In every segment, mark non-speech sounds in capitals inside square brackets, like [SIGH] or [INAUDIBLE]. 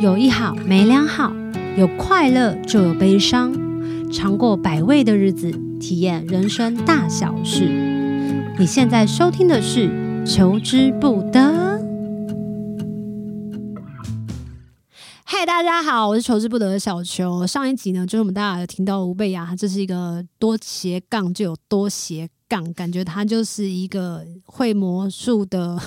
有一好没两好，有快乐就有悲伤，尝过百味的日子，体验人生大小事。你现在收听的是《求之不得》。嗨，大家好，我是求之不得的小球。上一集呢，就是我们大家有听到吴贝雅，她这是一个多斜杠就有多斜杠，感觉她就是一个会魔术的。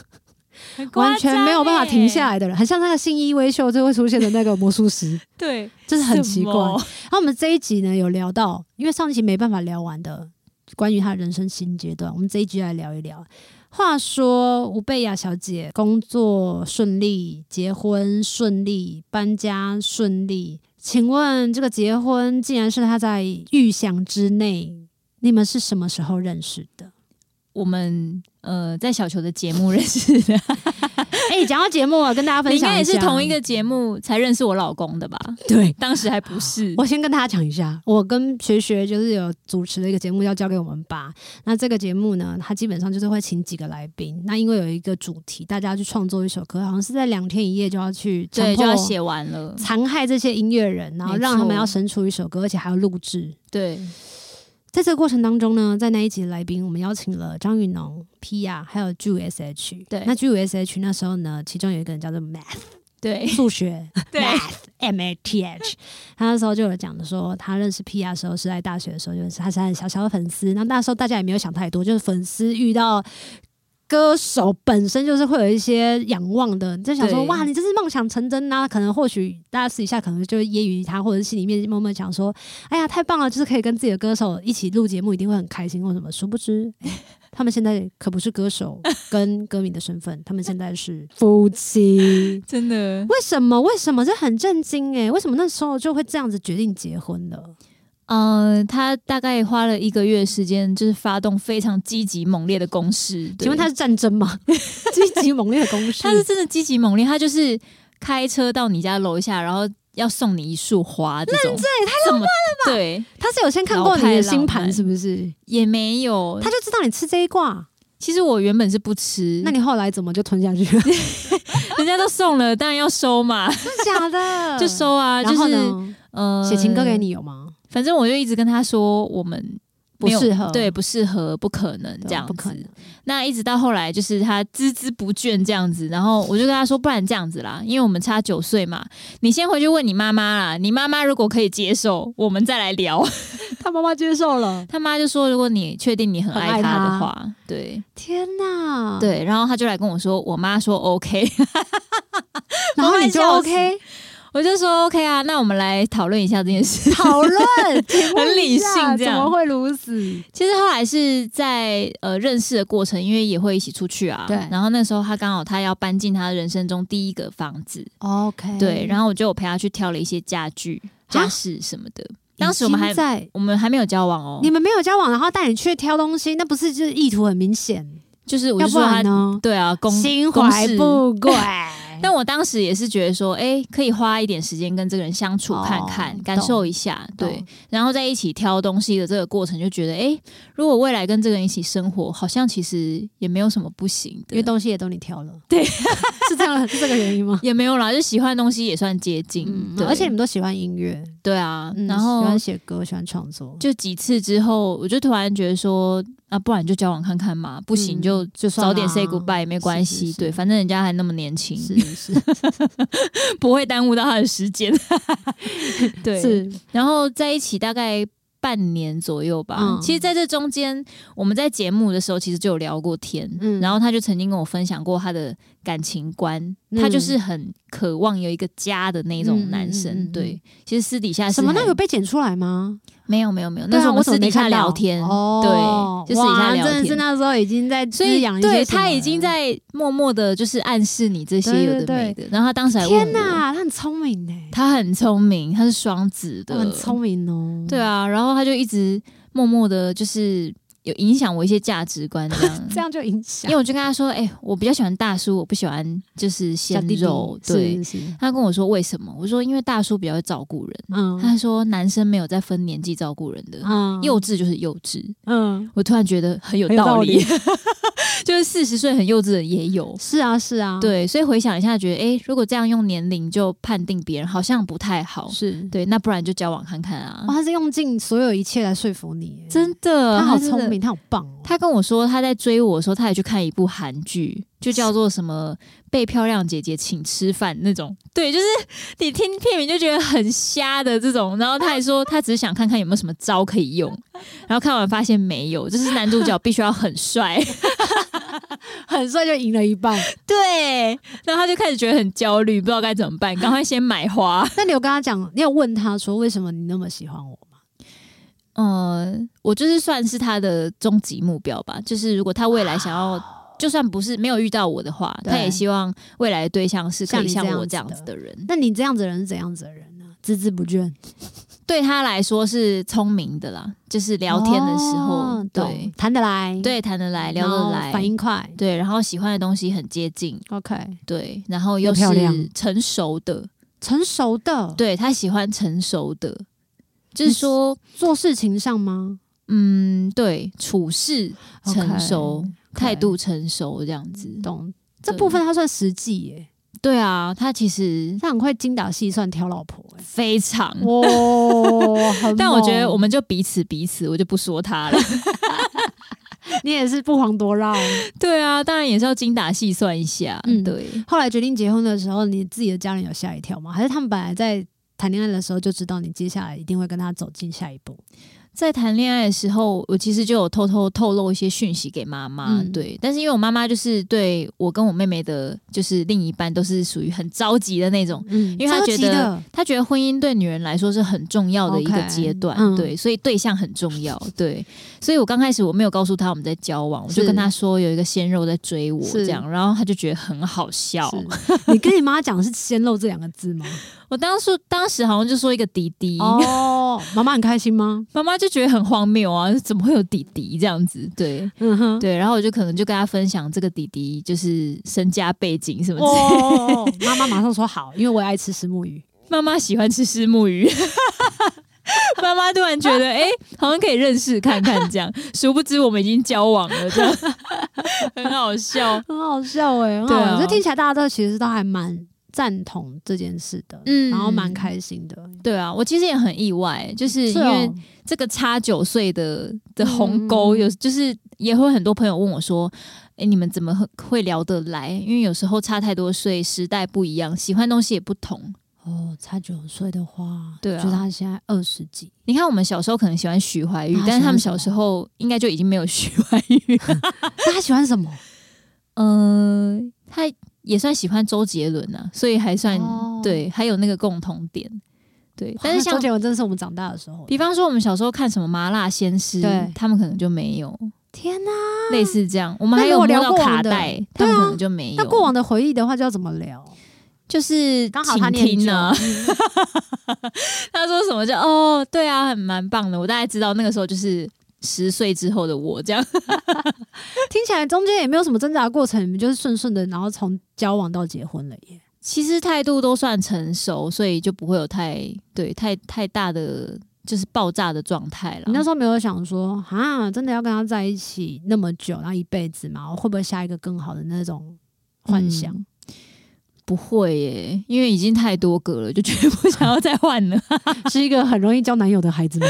很夸完全张没有办法停下欸。来的人，很像那个信衣微秀就会出现的那个魔术 [LAUGHS] 师，对，真的很奇怪。什么然后我们这一集呢有聊到，因为上一集没办法聊完的关于他人生新阶段，我们这一集来聊一聊。话说吴贝雅小姐工作顺利，结婚顺利，搬家顺利。请问这个结婚竟然是她在预想之内，你们是什么时候认识 [LAUGHS] 的？我们呃在小球的节目认 [LAUGHS] 识的，哎、讲到节目啊，跟大家分你享应该也是下同一个节目才认识我老公的吧？对。当时还不是，我先跟大家讲一下，我跟学学就是有主持的一个节目叫《交给我们吧》。那这个节目呢，它基本上就是会请几个来宾，那因为有一个主题，大家去创作一首歌，好像是在两天一夜就要去强对，迫就要写完了，残害这些音乐人，然后没错让他们要生出一首歌，而且还要录制。对，在这个过程当中呢，在那一集的来宾，我们邀请了张云农、Pia 还有 GUSH。对那 GUSH 那时候呢，其中有一个人叫做 [LAUGHS] Math [LAUGHS] 对，数学，对 math M A T [LAUGHS] H，他那时候就有讲的说，他认识 P R 的时候是在大学的时候，就是他是他的小小的粉丝。那那时候大家也没有想太多，就是粉丝遇到歌手本身就是会有一些仰望的，就想说对哇，你这是梦想成真啊呐、可能或许大家私底下可能就会揶揄他，或者是心里面默默想说，哎呀太棒了，就是可以跟自己的歌手一起录节目，一定会很开心或什么。殊不 [LAUGHS] 知。哎他们现在可不是歌手跟歌迷的身份，他们现在 [LAUGHS] 是夫妻。真的，为什么？为什么？这很震惊哎！为什么那时候就会这样子决定结婚了？呃，他大概花了一个月时间，就是发动非常积极猛烈的攻势。对请问他是战争吗？ [LAUGHS] 积极猛烈的攻势，他是真的积极猛烈，他就是开车到你家楼下，然后要送你一束花，这种这也太浪漫了吧？对，他是有先看过你的星盘是不是？也没有他。就知道你吃这一卦，其实我原本是不吃，嗯那你后来怎么就吞下去 [LAUGHS] 了？真 [LAUGHS] 人家都送 [LAUGHS] 了，当然要收嘛，的假 [LAUGHS] 的？就收啊。嗯然就后是呢？呃，写情歌给，你有吗？反正我就一直跟他说我们不没有适合啊对，不适合，不可能这样子，不可能。那一直到后来，就是他孜孜不倦这样子，然后我就跟他说，不然这样子啦，因为我们差九岁嘛，你先回去问你妈妈啦，你妈妈如果可以接受，我们再来 [LAUGHS] 聊。他妈妈接受了，他妈就说，如果你确定你很很爱爱他他嗯的话，对天哪！，对，然后他就来跟我说，我妈说 OK， [LAUGHS] 然后你就我快笑死 OK 我就说 OK 啊，那我们来讨论一下这件事。讨 [LAUGHS] 论，很理性请问一下这怎样么会如此？其实后来是在呃认识的过程，因为也会一起出去啊，对然后那时候他刚好他要搬进他人生中第一个房子， OK，对，然后后我就有陪他去挑了一些家具、哎啊家饰什么的。当时我们还在我们还没有交往哦你，们没有交往，然后带你去挑东西，那不是就是意图很明显？就是我要就不说然他呢？对啊，公心公怀事不 [LAUGHS] 轨。但我当时也是觉得说，哎，可以花一点时间跟这个人相处哦看看，感懂受一下，对懂，，然后在一起挑东西的这个过程，就觉得，哎，如果未来跟这个人一起生活，好像其实也没有什么不行因为的，东西也都你挑了，对， [LAUGHS] 是这样，是这个原因吗？ [LAUGHS] 也没有啦，就喜欢的东西也算接近，嗯，对而且你们都喜欢音乐，对啊，嗯然后喜欢写歌，喜欢创作，就几次之后，我就突然觉得说，啊，不然就交往看看嘛，不行嗯就就算早点啦 say goodbye 也没关系，是是对，是反正人家还那么年轻，是是 [LAUGHS] 不会耽误到他的时间。 [LAUGHS] 对，是，然后在一起大概半年左右吧。嗯其实，在这中间，我们在节目的时候其实就有聊过天，嗯然后他就曾经跟我分享过他的感情观，他嗯就是很渴望有一个家的那嗯嗯种男生。嗯嗯嗯对，其实私底下是什么那还个被剪出来吗？没有没有没有，对那啊时候我们怎么私没底下看到聊天，哦，对就私底下哇聊真的是天那时候已经在滋所以养一些对什么他已经了在默默的，就是暗示你这些有的没的。然后他当时还天问我，哪，他很聪明呢，他很聪明，他是双子他的，很聪明哦，对啊，然后他就一直默默的，就是有影响我一些价值观这样。 [LAUGHS] 这样就影响因为我就跟他说，哎、我比较喜欢大叔，我不喜欢就是小鲜弟弟肉。对，是是是他跟我说为什么？我说因为大叔比较会照顾人。嗯他说男生没有在分年纪照顾人的，嗯幼稚就是幼稚。嗯。我突然觉得很有很有道道理， [LAUGHS] 就是四十岁很幼稚的也有。是啊，是啊，，对，所以回想一下，觉得诶，如果这样用年龄就判定别人，好像不太好。是。对，那不然就交往看看啊哇，。他是用尽所有一切来说服你耶，真的，他好真的聪明，他好棒哦。他跟我说他在追我的时候，他也去看一部韩剧，就叫做什么“被漂亮姐姐请吃饭”那种。对，就是你听片名就觉得很瞎的这种。然后他还说他只是想看看有没有什么招可以用，然后看完发现没有，就是男主角必须要很帅。 [LAUGHS] 很帅就赢了一半。对，然后他就开始觉得很焦虑，不知道该怎么办，赶快先买花。 [LAUGHS] 那你有跟他讲，你有问他说为什么你那么喜欢我吗？嗯，我就是算是他的终极目标吧，就是如果他未来想要。就算不是没有遇到我的话，对他也希望未来的对象是可以像像你这样我这样子的子的人。那你这样子的人是怎样子的人呢、孜孜不倦，对他来说是聪明的啦，就是聊天的时候，哦懂对谈得来，，对谈得来，聊得来，反应快。对，然后喜欢的东西很接近， OK，对，然后又又漂亮是成熟的，成熟的，，对他喜欢成熟的，嗯就是说，做事情上吗？嗯，对，处事 OK，成熟 OK 态度成熟这样子。懂这部分他算实际耶，对啊，他其实他很会精打细算挑老婆耶。非常。哇、很嗯 [LAUGHS] 但我觉得猛我们就彼此彼此，我就不说 [LAUGHS] 他了。你也是不遑多让。对啊，当然也是要精打细算一下。嗯对，后来决定结婚的时候，你自己的家人有吓一跳吗？还是他们本来在谈恋爱的时候就知道你接下来一定会跟他走进下一步？在谈恋爱的时候，我其实就有偷偷透露一些讯息给妈妈。嗯对，但是因为我妈妈就是对我跟我妹妹的，就是另一半都是属于很着急的那种。嗯，因为他超觉级得的她觉得婚姻对女人来说是很重要的一个 OK，阶段嗯对，所以对象很重要，对，所以我刚开始我没有告诉她我们在交往，我就是跟她说有一个鲜肉在追我是这样，然后她就觉得很好笑，是你跟你妈讲是“鲜肉”这两个字吗？我当时当时好像就说一个弟 [LAUGHS] 弟，哦， [LAUGHS] 妈妈很开心吗？妈妈就觉得很荒谬啊，怎么会有弟弟这样子？对嗯哼，对，然后我就可能就跟她分享这个弟弟就是身家背景什么之类的，哦， [LAUGHS] 妈妈马上说好，因为我也爱吃石目鱼。妈妈喜欢吃石目鱼。 [LAUGHS] 妈妈突然觉得，哎、好像可以认识看看这样。殊不知我们已经交往了，这样很好笑。很好笑哎、很好对啊玩。这、听起来大家都其实都还蛮赞同这件事的，嗯然后蛮开心的，对啊，我其实也很意外，就是因哦为这个差九岁的的鸿沟，嗯有就是也会很多朋友问我说：“哎、你们怎么会聊得来？”因为有时候差太多岁，时代不一样，喜欢东西也不同。哦，差九岁的话，对啊就他现在二十几，你看，我们小时候可能喜欢徐怀钰啊，但是他们喜欢小什么时候应该就已经没有徐怀钰了。那他喜欢什 [LAUGHS] 么？嗯，他也算喜欢周杰伦啊，所以还算、哦对，还有那个共同点。对，但哇是那周像杰伦真的是我们长大的时候，比方说我们小时候看什么《麻辣鲜师》，对他们可能就没有、天哪、类似这样。我们那还如有果摸聊到过卡往的带，他对们啊可能就没有。那过往的回忆的话，就要怎么聊？就是刚好他请念嗯听旧， [LAUGHS] 啊，他说什么就哦，对啊，很蛮棒的。我大概知道那个时候就是十岁之后的我这样。听起来中间也没有什么挣扎过程，你们就是顺顺的，然后从交往到结婚了耶。其实态度都算成熟，所以就不会有太对太太大的就是爆炸的状态了。你那时候没有想说啊，真的要跟他在一起那么久，然后一辈子嘛，会不会下一个更好的那种幻想？嗯不会耶，因为已经太多个了，就绝对不想要再换了。 [LAUGHS] [LAUGHS] 是一个很容易交男友的孩子吗？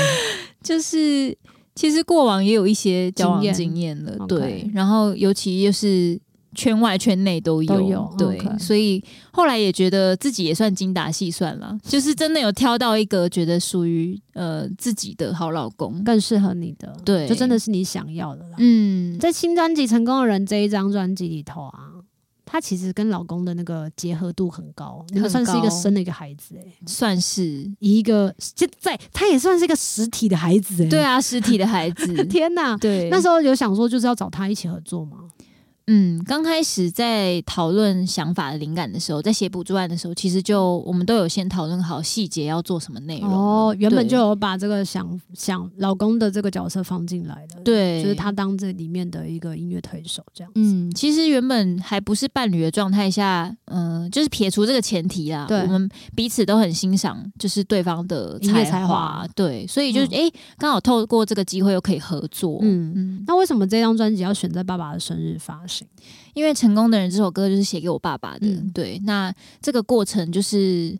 就是其实过往也有一些交经往验经验了， OK 对。然后尤其就是圈外圈内都有，都有对。 OK 所以后来也觉得自己也算精打细算了，就是真的有挑到一个觉得属于呃自己的好老 [LAUGHS] 公。更适合你的，对就真的是你想要的啦。嗯，在新专辑《成功的人》这一张专辑里头啊，她其实跟老公的那个结合度很高，你们算是一个生了一个孩子哎、算是一个现在她也算是一个实体的孩子哎、嗯，嗯 [LAUGHS] 对啊，实体的孩子天哪！对，那时候有想说就是要找他一起合作吗？嗯，刚开始在讨论想法的灵感的时候，在写补助案的时候，其实就我们都有先讨论好细节要做什么内容了。啊哦，原本对就有把这个想想老公的这个角色放进来的，，对，就是他当这里面的一个音乐推手这样子。嗯，其实原本还不是伴侣的状态下，嗯、就是撇除这个前提啦，对我们彼此都很欣赏，就是对方的音乐才才华对，所以就是嗯哎，诶刚、好透过这个机会又可以合作，嗯嗯嗯，那为什么这张专辑要选在爸爸的生日发行？因为《成功的人》这首歌就是写给我爸爸的，嗯对，那这个过程就是。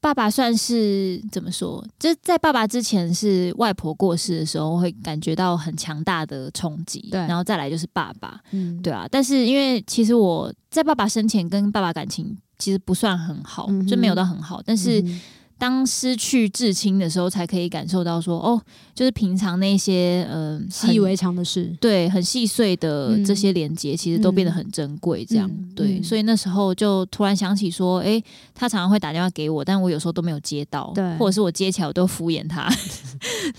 爸爸算是怎么说？就是在爸爸之前是外婆过世的时候，会感觉到很强大的冲击，对然后再来就是爸爸，嗯，对啊，但是因为其实我在爸爸生前跟爸爸感情其实不算很好，嗯哼就没有到很好。但是嗯当失去至亲的时候，才可以感受到说，哦，就是平常那些嗯、呃，习以很为常的事，对很细碎的嗯这些连接，其实都变得很珍贵。这样、嗯对，嗯所以那时候就突然想起说，诶，他常常会打电话给我，但我有时候都没有接到，对或者是我接起来我都敷 [LAUGHS] 衍他。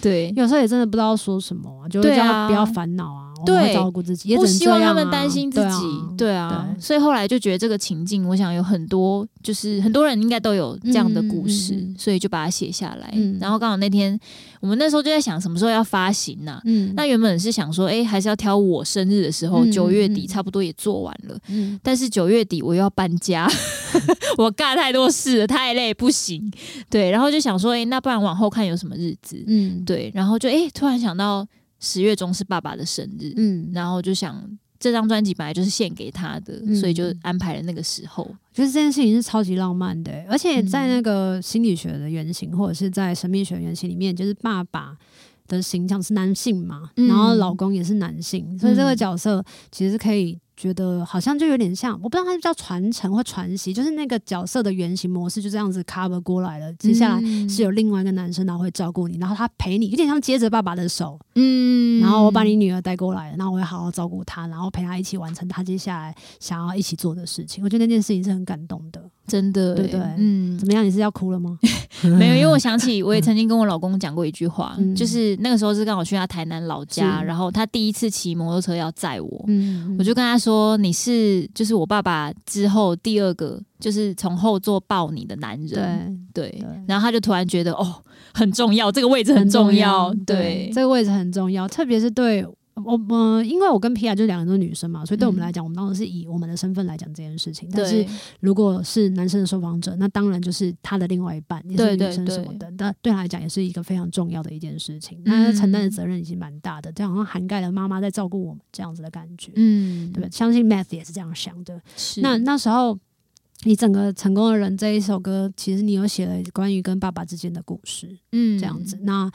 对，有时候也真的不知道说什么、啊，就会对叫啊他不要烦恼啊，我们对会照顾自己，也只不能希这望他样们啊担心自己，对啊对啊，对所以后来就觉得这个情境，我想有很多，就是很多人应该都有这样的故事，嗯嗯嗯所以就把它写下来。嗯然后刚好那天我们那时候就在想什么时候要发行呐、嗯，那原本是想说，哎、还是要挑我生日的时候，嗯嗯九、月底嗯差不多也做完了。嗯但是九月底我又要搬家， [LAUGHS] 我干太多事了，太累，不行。对，然后就想说，哎、那不然往后看有什么日子？嗯，对，然后就哎、诶突然想到十月中是爸爸的生日，嗯，然后就想这张专辑本来就是献给他的，嗯所以就安排了那个时候。就是这件事情是超级浪漫的欸、而且在嗯那个心理学的原型或者是在神秘学的原型里面，就是爸爸。的形象是男性嘛，嗯然后老公也是男性，所以这个嗯角色其实可以觉得好像就有点像，我不知道它是叫传承或传习，就是那个角色的原型模式就这样子 cover 过来了。接下来嗯是有另外一个男生，然后会照顾你，然后他陪你，有点像接着爸爸的手，嗯然后我把你女儿带过来，然后我会好好照顾她，然后陪她一起完成她接下来想要一起做的事情。我觉得那件事情是很感动的。真的对欸对嗯怎。么样？你是要哭了吗？没有，因为我想起我也曾经跟我老公讲过一句话，嗯就是那个时候是刚好去他台南老家，是然后他第一次骑摩托车要载我，嗯，我就跟他说：“你是就是我爸爸之后第二个，就是从后座抱你的男对人。对”对然后他就突然觉得哦，很重要，这个位置 [LAUGHS] 很重要。对，这个位置很重要，特别是对。我们、因为我跟皮亚就两个都是女生嘛，所以对我们来讲，我们当然是以我们的身份来讲这件事情。但是嗯对，如果是男生的受访者，那当然就是他的另外一半，也是对女对生对什么的，那对他来讲也是一个非常重要的一件事情。嗯那他承担的责任已经蛮大的，这样好像涵盖了妈妈在照顾我们这样子的感觉，嗯，对吧？相信 Math 也是这样想的。是那那时候，你整个《成功的人》这一首歌，其实你有写了关于跟爸爸之间的故事，嗯这样子。那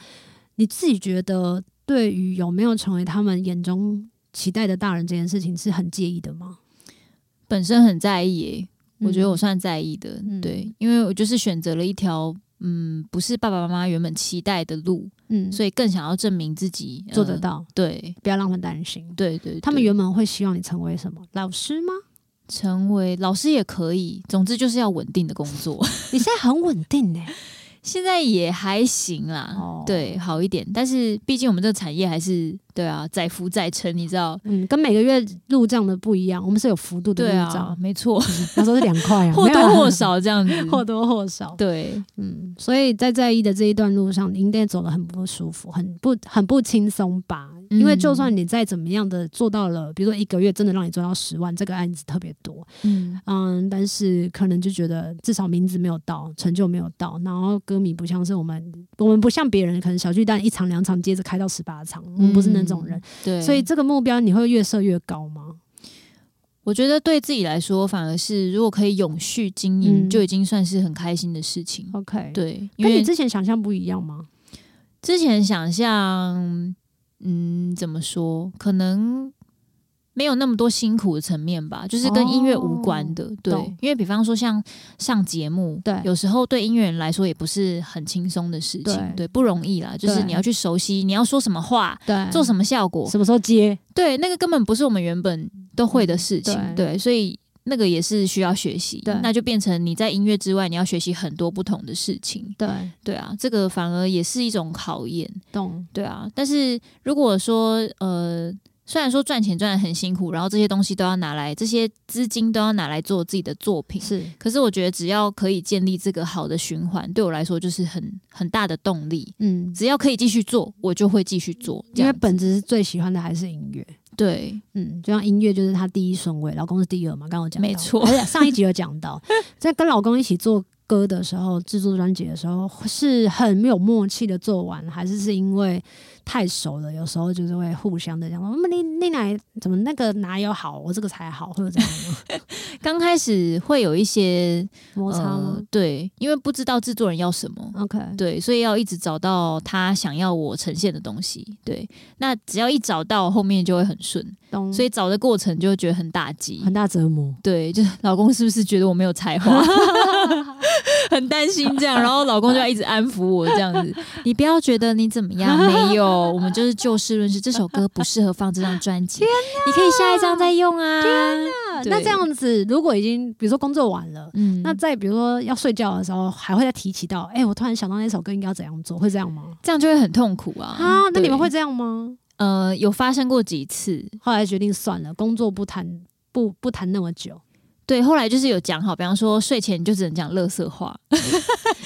你自己觉得，对于有没有成为他们眼中期待的大人这件事情，是很介意的吗？本身很在意耶、我觉得我嗯算在意的，嗯对，因为我就是选择了一条嗯不是爸爸妈妈原本期待的路，嗯，所以更想要证明自己、呃做得。到，对不要让他们担心。对对，他们对原本会希望你成为什么老师吗？成为老师也可以，总之就是要稳定的工作，你现在很稳定欸呢、现在也还行啦。哦对，啊好一点，但是毕竟我们这个产业还是对啊，载浮载沉，你知道？嗯，跟每个月入账的不一样，我们是有幅度的对入啊账，， [LAUGHS] 没错，那时候是两块啊， [LAUGHS] 或没有多啊 [LAUGHS] [LAUGHS] 或，少这样子。或多或少。对，嗯，所以在在意的这一段路上，你应该走得很不舒服，很不很不轻松吧？嗯因为就算你再怎么样的做到了，比如说一个月真的让你做到十万，这个案子特别多，嗯，嗯，但是可能就觉得至少名字没有到，成就没有到，然后歌迷不像是我们，我们不像别人，可能小巨蛋一场两场接着开到十八场，我们不是那种人，嗯对，所以这个目标你会越设越高吗？我觉得对自己来说，反而是如果可以永续经营，嗯就已经算是很开心的事情。 ？OK，，对，因跟你为之前想象不一样吗？之前想象，嗯，怎么说，可能没有那么多辛苦的层面吧，就是跟音乐无关的。对哦懂，因为比方说像上节目，对有时候对音乐人来说也不是很轻松的事情，对对，不容易啦，就是对你要去熟悉，你要说什么话。对做么？什么效果？什么时候接？对，那个根本不是我们原本都会的事情，嗯对对，所以那个也是需要学习对，那就变成你在音乐之外，你要学习很多不同的事情，对，对啊，这个反而也是一种考验，懂。对啊。但是如果说呃，虽然说赚钱赚的很辛苦，然后这些东西都要拿来，这些资金都要拿来做自己的作品，是嗯可是我觉得只要可以建立这个好的循环，对我来说就是很很大的动力。嗯，只要可以继续做，我就会继续做。这因样为本质是最喜欢的还是音乐。对嗯，就像音乐就是他第一顺位，老公是第二嘛，刚刚有讲到没错而且上一集有讲 [LAUGHS] 到，在跟老公一起做歌的时候，制作专辑的时候是很没有默契的做完，还是是因为太熟了，有时候就是会互相的讲说，嗯，你你哪怎么那个哪有好，我这个才好，或者怎 [LAUGHS] 样的刚开始会有一些摩擦吗呃、对，因为不知道制作人要什么。 ？OK，对，所以要一直找到他想要我呈现的东西。对，那只要一找到，后面就会很顺。懂，所以找的过程就会觉得很打击。嗯很大折磨。对，就是 [LAUGHS] 老公是不是觉得我没有 [LAUGHS] 才华，很担心这样，然后老公就要一直安抚我这样 [LAUGHS] 子，你不要觉得你怎么样，没有，我们就是就事论事，这首歌不适合放这张专辑，你可以下一张再用啊。对那这，样子，如果已经比如说工作完了。嗯那在比如说要睡觉的时候，还会再提起到，哎、我突然想到那首歌应该要怎样做，会这样吗？这样就会很痛苦啊。啊，那你们对会这样吗？呃有发生过几次？后来决定算了，工作不谈，不不谈那么久。对，后来就是有讲好，比方说睡前就只能讲乐色话，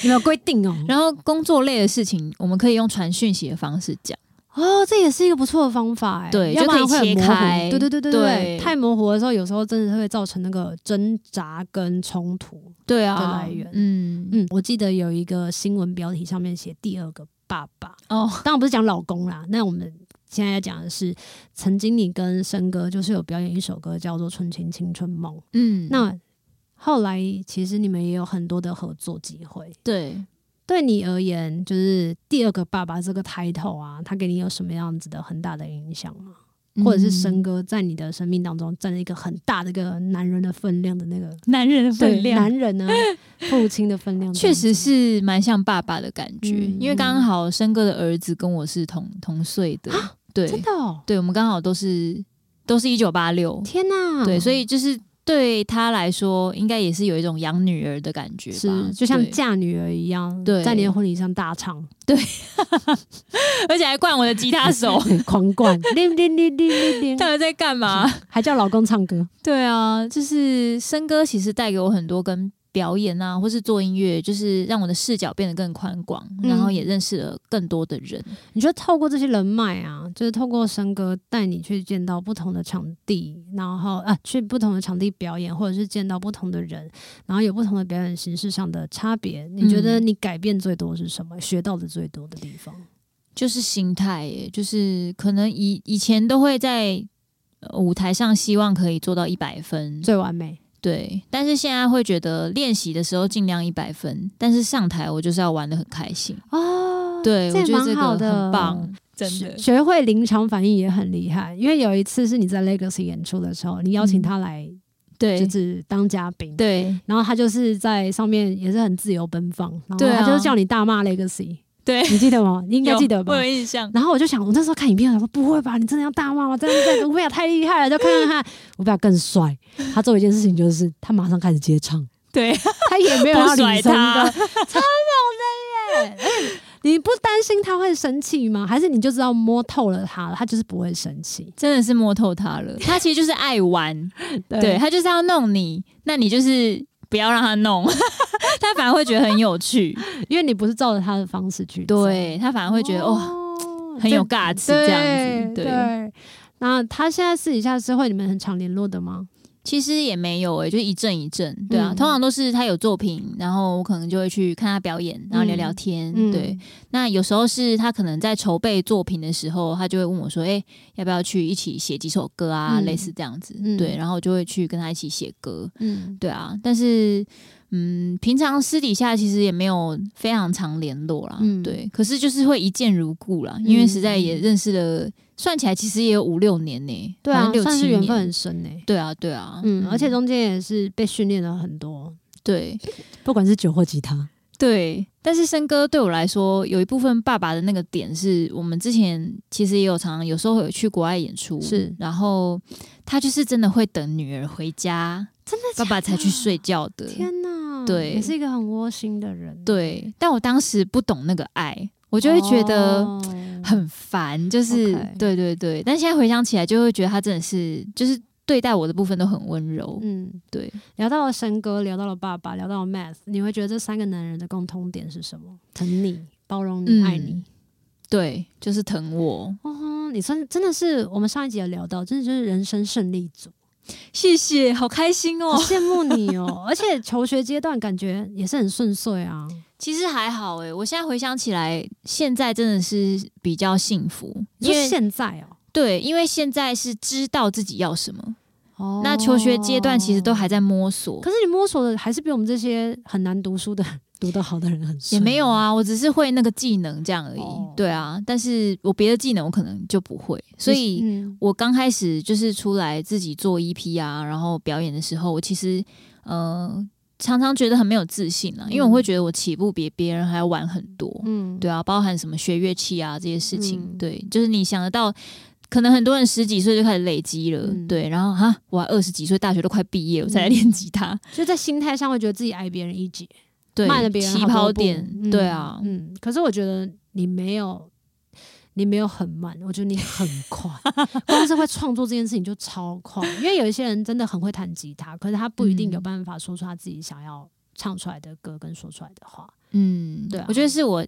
你们有规定哦？然后工作类的事情我们可以用传讯息的方式讲。哦，这也是一个不错的方法哎。对要不然会很就可以切模糊开对对对对对，对太模糊的时候，有时候真的会造成那个挣扎跟冲突。对的啊来源，嗯嗯，我记得有一个新闻标题上面写“第二个爸爸”，哦，当然不是讲老公啦，那我们。现在要讲的是，曾经你跟森哥就是有表演一首歌叫做《纯情青春梦》，嗯，那后来其实你们也有很多的合作机会，对。对你而言，就是第二个爸爸这个 title 啊，他给你有什么样子的很大的影响吗？或者是嗯生哥在你的生命当中占了一个很大的一个男人的分量的那 [LAUGHS] 个男人的对男人呢，父亲的分量，确实，是蛮像爸爸的感觉，嗯因为刚好生哥的儿子跟我是同同岁的，真对的、哦，对，我们刚好都是都是一九八六，天哪、对，所以就是对他来说，应该也是有一种养女儿的感觉吧，是就像对，嫁女儿一样，对在你的婚礼上大唱，，而且还灌我的吉他手 [LAUGHS] 狂 [LAUGHS] 灌，叮叮叮叮叮到叮，底在干嘛？ [LAUGHS] 还叫老公唱歌，对啊，就是生哥其实带给我很多跟表演啊，或是做音乐，就是让我的视角变得更宽广，然后嗯也认识了更多的人。你觉得透过这些人脉啊，就是透过森哥带你去见到不同的场地，然后啊去不同的场地表演，或者是见到不同的人，然后有不同的表演形式上的差别，你觉嗯得你改变最多是什么？学到的最多的地方？就是心态耶，就是可能以以前都会在呃舞台上希望可以做到一百分，最完美？对，但是现在会觉得练习的时候尽量一百分，但是上台我就是要玩的很开心，哦，对，这我也觉得这蛮个好的，很棒，真学的。学会临场反应也很厉害，因为有一次是你在 Legacy 演出的时候，你邀请嗯他来对就是当嘉宾，对然后他就是在上面也是很自由奔放，然后对啊他就叫你大骂 Legacy，对，你记得吗？你应该有记得吧我有？印 [LAUGHS] 象。然后我就想，我那时候看影片，我想说不会吧，你真的要大骂吗？真的在吴贝尔太厉害了，就看看看吴贝尔更帅。他做一件事情就是他马上开始接唱，对，他也没有要不理甩森他哥，超猛的耶！而且你不担心他会生气吗？还是你就知道摸透了他了，他就是不会生气？ [LAUGHS] 真的是摸透他了。他其实就是爱 [LAUGHS] 玩，嗯对他就是要弄你，那你就是不要让他弄， [LAUGHS] 他反而会觉得很有趣。因为你 [LAUGHS] 不是啊照着他的方式去做，对他反而会觉得哦，哦很有这尬词这样子。对对，对那他现在私底下是会你们很常联络的吗？其实也没有诶、欸就一阵一阵。对啊，嗯通常都是他有作品，然后我可能就会去看他表演，然后聊聊天。嗯嗯对，，那有时候是他可能在筹备作品的时候，他就会问我说：“哎、要不要去一起写几首歌啊？”嗯类似这样子。嗯对，然后我就会去跟他一起写歌。嗯，对啊，但是嗯，平常私底下其实也没有非常常联络啦，嗯对。可是就是会一见如故啦，因为实在也认识了，算起来其实也有五六年呢、对好啊像，六算是七缘分很年。深呢。对啊，对啊，嗯，而且中间也是被训练了很多，对不管是酒或吉他，对，但是森哥对我来说，有一部分爸爸的那个点是我们之前其实也有常常有时候有去国外演出，是然后他就是真的会等女儿回家，真的爸爸才去睡觉的。天哪，对也是一个很窝心的人。对，但我当时不懂那个爱，我就会觉得哦很烦，就是 OK 对对对。但现在回想起来，就会觉得他真的是就是对待我的部分都很温柔，嗯，对，聊到了生哥，聊到了爸爸，聊到了 Math，你会觉得这三个男人的共通点是什么？疼你、包容你、嗯爱你。对，就是疼我。哦，你真真的是我们上一集有聊到，真的就是人生胜利组，谢谢，好开心好哦。羡慕你哦！而且求学阶段感觉也是很顺遂啊。 [LAUGHS] 其实还好诶、我现在回想起来，现在真的是比较幸福，你因说为现在哦，对，因为现在是知道自己要什么。哦那求学阶段其实都还在摸索，可是你摸索的还是比我们这些很难读书的、读得好的人很也顺没有，啊，我只是会那个技能这样而已。哦对啊，但是我别的技能我可能就不会，所以嗯我刚开始就是出来自己做 EP 啊，然后表演的时候，我其实呃常常觉得很没有自信啊，因为我会觉得我起步比别人还要晚很多。嗯，对啊，包含什么学乐器啊这些事情，嗯对，就是你想得到，可能很多人十几岁就开始累积了，嗯对，然后哈，我还二十几岁，大学都快毕业，我才来嗯练吉他，就在心态上会觉得自己矮别人一截，对，慢了别人起好多跑步点，嗯对啊，嗯。可是我觉得你没有，你没有很慢，我觉得你很 [LAUGHS] 快，光是会创作这件事情就超快。因为有一些人真的很会弹吉他，可是他不一定有嗯办法说出他自己想要唱出来的歌跟说出来的话。嗯，对啊我觉得是我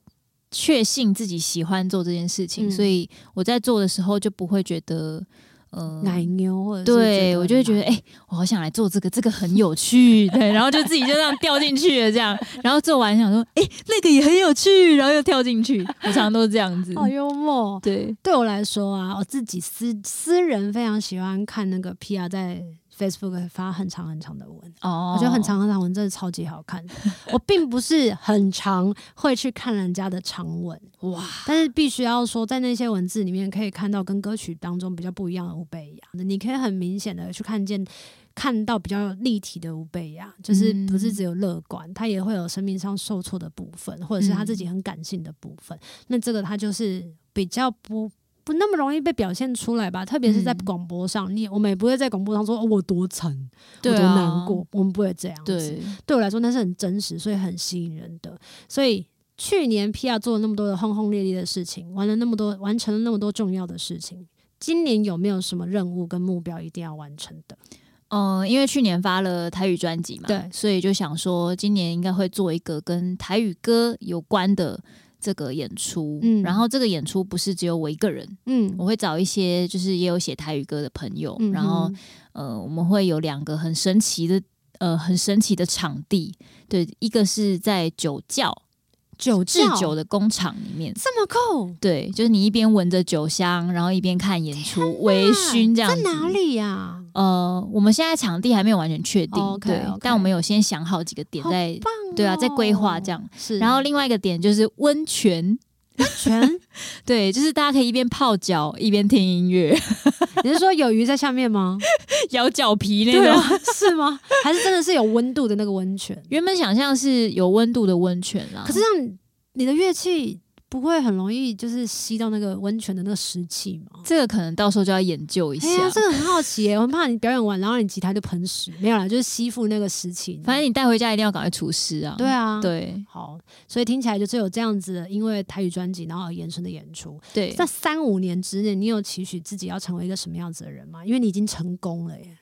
确信自己喜欢做这件事情，嗯所以我在做的时候就不会觉得，呃，奶牛或者是对我就会觉得，很哎、我好想来做这个，这个很有趣， [LAUGHS] 对，然后就自己就这样掉进去了，这样， [LAUGHS] 然后做完想说，哎、那个也很有趣，然后又跳进去，我常常都是这样子难，好幽默。对，对我来说啊，我自己私私人非常喜欢看那个 PR 在 Facebook 发很长很长的文，哦我觉得很，长很长文真的超级好看。我并不是很常会去看人家的长文，哇，但是必须要说，在那些文字里面可以看到跟歌曲当中比较不一样的吴贝雅，你可以很明显的去看见。看到比较立体的吴贝雅，就是嗯不是只有乐观，他也会有生命上受挫的部分，或者是他自己嗯很感性的部分。那这个他就是比较不不那么容易被表现出来吧，特别是在嗯广播上，你我们也不会在广播上说、哦、我多惨，对我多啊难过，，我们不会这样子。对，对我来说那是很真实，所以很吸引人的。所以去年 PR 做了那么多的轰轰烈烈的事情，玩了那么多，完成了那么多重要的事情。今年有没有什么任务跟目标一定要完成的？嗯，因为去年发了台语专辑嘛，对所以就想说今年应该会做一个跟台语歌有关的这个演出。嗯然后这个演出不是只有我一个人，嗯我会找一些就是也有写台语歌的朋友，嗯哼然后呃，我们会有两个很神奇的呃很神奇的场地，对，一个是在酒窖酒制窖酒的工厂里面。这么酷，对，就是你一边闻着酒香，然后一边看演出，微醺这样在子。哪里呀、呃，我们现在场地还没有完全确定哦 OK，对 OK 但我们有先想好几个点好在，棒哦、对啊，在规划这样。是，然后另外一个点就是温泉，全，对，就是大家可以一边泡脚一边听音乐， [LAUGHS] 你是说有鱼在下面吗？咬脚皮那对种。啊，是吗？还是真的是有温度的那个温泉？原本想象是有温度的温泉啦，可是让你的乐器不会很容易就是吸到那个温泉的那个湿气吗？这个可能到时候就要研究一下哎。呀，这个很好奇耶、 [LAUGHS] 我很怕你表演完，然后你吉他就喷屎，没有啦，就是吸附那个湿气。反正你带回家一定要赶快除湿啊。对啊，。对好，所以听起来就是有这样子的，因为台语专辑，然后而延伸的演出。对在三五年之内，你有期许自己要成为一个什么样子的人吗？因为你已经成功了耶，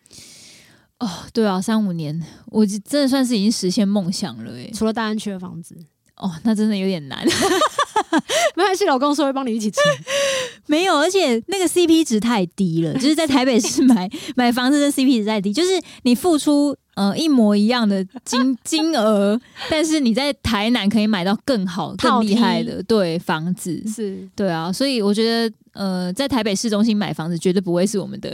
对啊，三五年，我就真的算是已经实现梦想了哎、除了大安区的房子， [LAUGHS] 哦，那真的有点难。没关系，老公说会帮你一 [LAUGHS] 起吃。没有，而且那个 CP 值太低 [LAUGHS] 了，就是在台北市 [LAUGHS] 买买房子的 CP 值太低，就是你付出呃一模一样的 [LAUGHS] 金金额，但是你在台南可以买到更好、套更梯厉害的对房子。是，对啊，所以我觉得呃，在台北市中心买房子绝对不会是我 [LAUGHS] 们的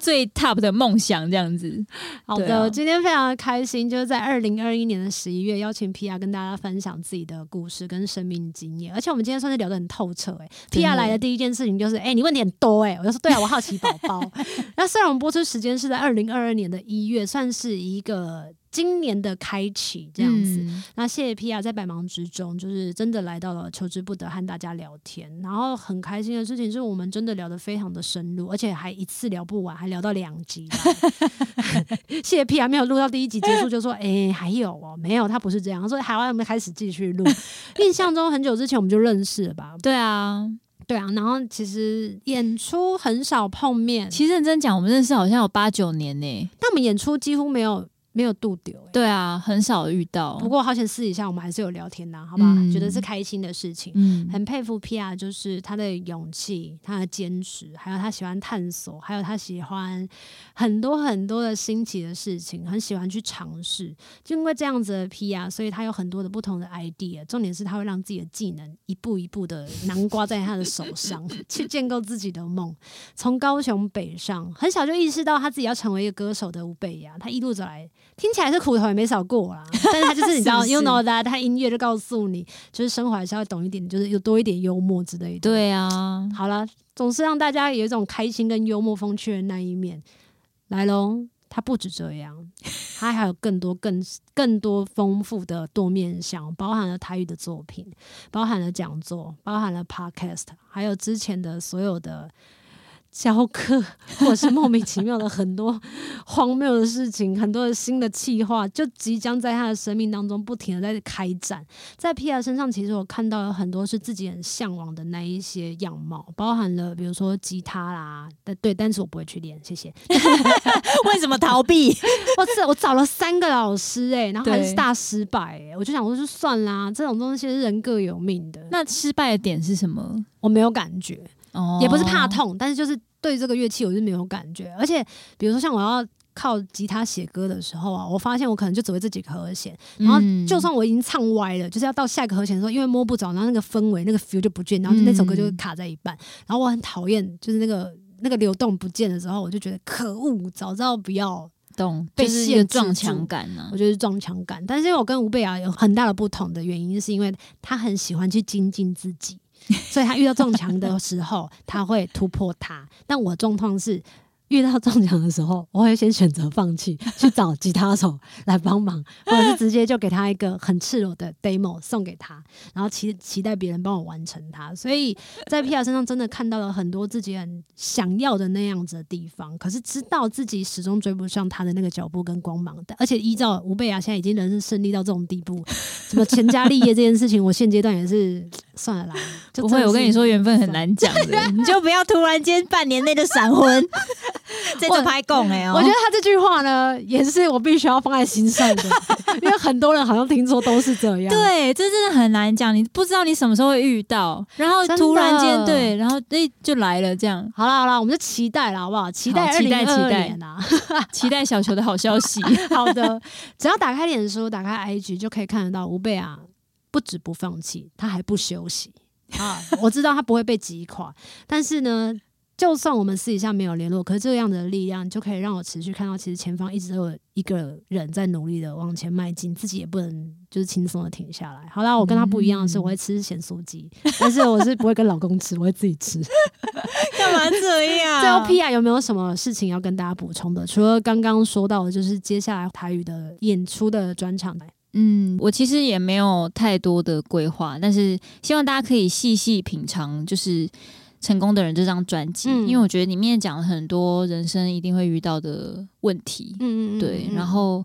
最 top 的梦想，这样子。好对的，啊今天非常的开心，就是在二零二一年的十一月，邀请 PR 跟大家分享自己的故事跟生命经验，而且我们今天算是聊得很透彻、欸。真的 PR 来的第一件事情就是，哎、你问题很多哎、我就说对啊，我好奇宝 [LAUGHS] 宝。那虽然我们播出时间是在二零二二年的一月，算是一个今年的开启这样子。嗯那谢谢 PR 在百忙之中，就是真的来到了求之不得和大家聊天，然后很开心的事情是我们真的聊得非常的深入，而且还一次聊不完，还聊到两集来。 [LAUGHS] 谢谢 PR 没有录到第一集结束就说，哎、还有哦，没有，他啊不是这样，他说还要我们开始继续录。印象中很久之前我们就认识了吧？对啊，对啊，然后其实演出很少碰面，其实认真讲，我们认识好像有八九年呢、但我们演出几乎没有没有度丢、欸。对啊，很少遇到。不过好险私底下我们还是有聊天的、好不好？嗯觉得是开心的事情。嗯，很佩服 P.R. 就是他的勇气、他的坚持，还有他喜欢探索，还有他喜欢很多很多的新奇的事情，很喜欢去尝试。就因为这样子的 P.R.，所以他有很多的不同的 idea。重点是他会让自己的技能一步一步的南瓜在他的手上， [LAUGHS] 去建构自己的梦。从高雄北上，很小就意识到他自己要成为一个歌手的吴贝雅，他一路走来听起来是苦头也没少过啦，但是他就是你知道 [LAUGHS] 是不是 y o u know that，他音乐就告诉你，就是生活还是要懂一点，就是有多一点幽默之类的。，对啊，好了，总是让大家有一种开心跟幽默风趣的那一面。来喽，他不止这样，他还有更多、更更多丰富的多面向，包含了台语的作品，包含了讲座，包含了 podcast，还有之前的所有的。教课，或者是莫名其妙的很多荒谬的事情，很多的新的计划，就即将在他的生命当中不停的在开展。在 P.R. 身上，其实我看到有很多是自己很向往的那一些样貌，包含了比如说吉他啦，但对，但是我不会去练，谢谢。 [LAUGHS] 为什么逃避？我这我找了三个老师哎、然后还对是大失败哎、我就想说，就算啦，这种东西是人各有命的。那那失败的点是什么？我没有感觉，哦也不是怕，痛，但是就是对这个乐器我是没有感觉。而且比如说像我要靠吉他写歌的时候啊，我发现我可能就只会这几个和弦，然后嗯就算我已经唱歪了，就是要到下一个和弦的时候，因为摸不着，然后那个氛围、那个 feel 就不见，然后就那首歌就嗯卡在一半。然后我很讨厌，就是那个那个流动不见的时候，我就觉得可恶，早知道不要，懂，被就是一限个制住撞墙感啊呢、我就是撞墙感。但是因为我跟吴贝雅有很大的不同的原因，是因为他很喜欢去精进自己，所以他遇到撞墙的时候，他会突破它。但我状况是。遇到撞墙的时候，我会先选择放弃，去找吉他手来帮忙，或者是直接就给他一个很赤裸的 demo 送给他，然后期期待别人帮我完成它。所以在 P R 身上真的看到了很多自己很想要的那样子的地方，可是知道自己始终追不上他的那个脚步跟光芒的。而且依照吴贝雅现在已经人生胜利到这种地步，什么成家立业这件事情，我现阶段也是算了啦，就不会，真的我跟是你说，缘分很难讲 [LAUGHS] 的，你就不要突然间半年内就闪婚， [LAUGHS] 这我就拍供哎哦。我觉得他这句话呢，也是我必须要放在心上的， [LAUGHS] 因为很多人好像听说都是这样。对，这真的很难讲，你不知道你什么时候会遇到，然后真的突然间对，然后哎就来了，这 [LAUGHS] 样好啦好啦，我们就期待啦，好不好？期待好二期零待二期待年啊！ [LAUGHS] 期待小球的好消息。好的，只要打开脸书、打开 IG 就可以看得到吴贝啊，不止不放弃，他还不休息啊！我知道他不会被击垮，但是呢，就算我们私底下没有联络，可是这样的力量就可以让我持续看到，其实前方一直都有一个人在努力的往前迈进，自己也不能就是轻松的停下来。好啦，我跟他不一样的是，嗯我会吃咸酥鸡，但是我是不会跟老公吃，我会自己吃。 [LAUGHS] 干嘛 [LAUGHS] 这样最后 P R 有没有什么事情要跟大家补充的？除了刚刚说到的，就是接下来台语的演出的专场，嗯，我其实也没有太多的规划，但是希望大家可以细细品尝，就是。成功的人这张专辑，嗯因为我觉得里面讲了很多人生一定会遇到的问题，嗯对，然后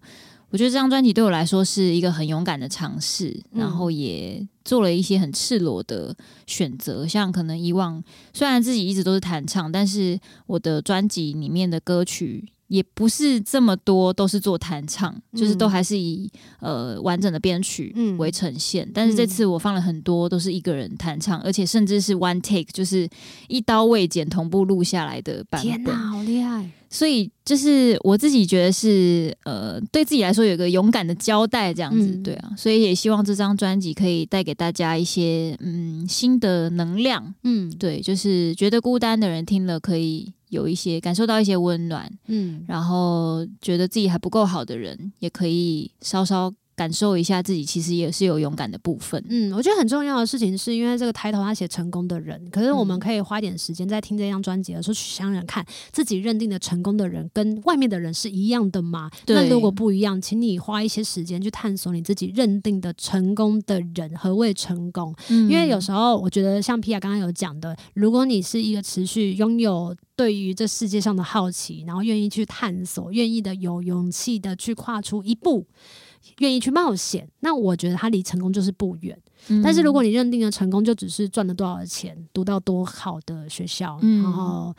我觉得这张专辑对我来说是一个很勇敢的尝试，嗯然后也做了一些很赤裸的选择，像可能以往虽然自己一直都是弹唱，但是我的专辑里面的歌曲。也不是这么多都是做弹唱，就是都嗯还是以呃完整的编曲嗯为呈现。但是这嗯次我放了很多都是一个人弹唱，而且甚至是 one take，就是一刀未剪同步录下来的版天本。哪，好厉害！所以就是我自己觉得是呃，对自己来说有一个勇敢的交代，这样子、嗯对啊。所以也希望这张专辑可以带给大家一些嗯新的能量，嗯对，就是觉得孤单的人听了可以有一些感受到一些温暖，嗯，然后觉得自己还不够好的人也可以稍稍感受一下自己其实也是有勇敢的部分。嗯，我觉得很重要的事情是因为这个抬头他写成功的人，可是我嗯们可以花点时间在听这张专辑的时候去想想看，自己认定的成功的人跟外面的人是一样的吗？对那如果不一样，请你花一些时间去探索你自己认定的成功的人何谓成功。嗯因为有时候我觉得，像皮亚刚刚有讲的，如果你是一个持续拥有对于这世界上的好奇，然后愿意去探索，愿意的有勇气的去跨出一步，愿意去冒险，那我觉得他离成功就是不远。嗯但是如果你认定了成功就只是赚了多少钱，读到多好的学校，嗯然后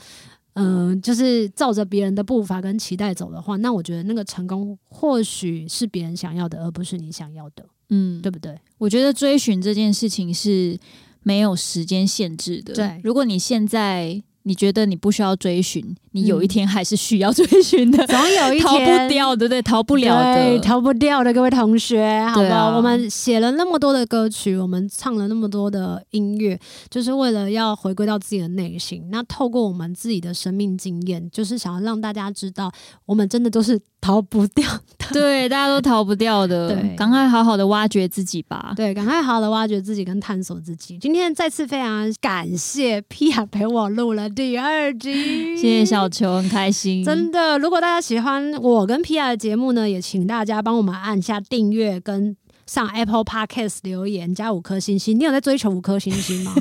嗯、呃就是照着别人的步伐跟期待走的话，那我觉得那个成功或许是别人想要的，而不是你想要的，嗯，对不对？我觉得追寻这件事情是没有时间限制的。对如果你现在你觉得你不需要追寻，你有一嗯天还是需要 [LAUGHS] 追寻的，总有一 [LAUGHS] 逃天不掉的，对，逃不了的对，。逃不掉的，各位同学，好对不好？啊我们写了那么多的歌曲，我们唱了那么多的音乐，就是为了要回归到自己的内心。那透过我们自己的生命经验，就是想要让大家知道，我们真的都是逃不 [LAUGHS] 掉的。对，大家都逃不掉的对，赶快好好的挖掘自己吧。对，赶快好好的挖掘自己跟探索自己。今天再次非常感谢皮亚陪我录了第二集，谢谢小球，很开心，真的，如果大家喜欢我跟 Pia 的节目呢，也请大家帮我们按下订阅跟。上 Apple Podcast 留言加五颗星星，你有在追求五颗星星 [LAUGHS] 吗？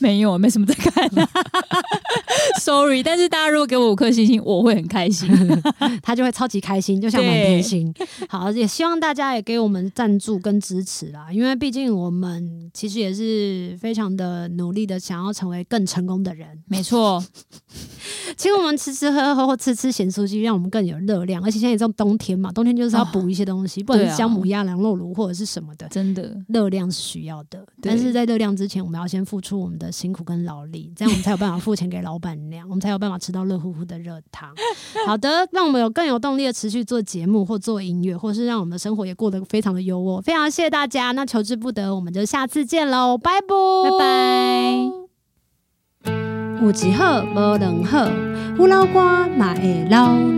没有，没什么在看、Sorry，但是大家如果给我五颗星星，我会很 [LAUGHS] 开心。他就会超级开心，就像满天星。好，也希望大家也给我们赞助跟支持啦，因为毕竟我们其实也是非常的努力的，想要成为更成功的人。没错，请我们吃吃喝喝或吃吃咸酥鸡，让我们更有热量。而且现在也到冬天嘛，冬天就是要补一些东西，不管啊对是啊姜母鸭、羊肉炉或者是什么的。真的，热量是需要的，对但是在热量之前，我们要先付出我们的辛苦跟劳力，这样我们才有办法付钱给老板娘，我们才有办法吃到热乎乎的热汤。好的，让我们有更有动力的持续做节目或做音乐，或是让我们的生活也过得非常的优渥。非常谢谢大家，那求之不得，我们就下次见喽，拜拜，拜拜。有一好无两好，有老瓜嘛会老烂。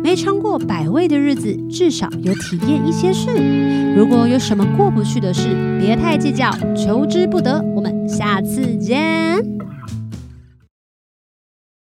没尝过百味的日子，至少有体验一些事。如果有什么过不去的事，别太计较，求之不得。我们下次见。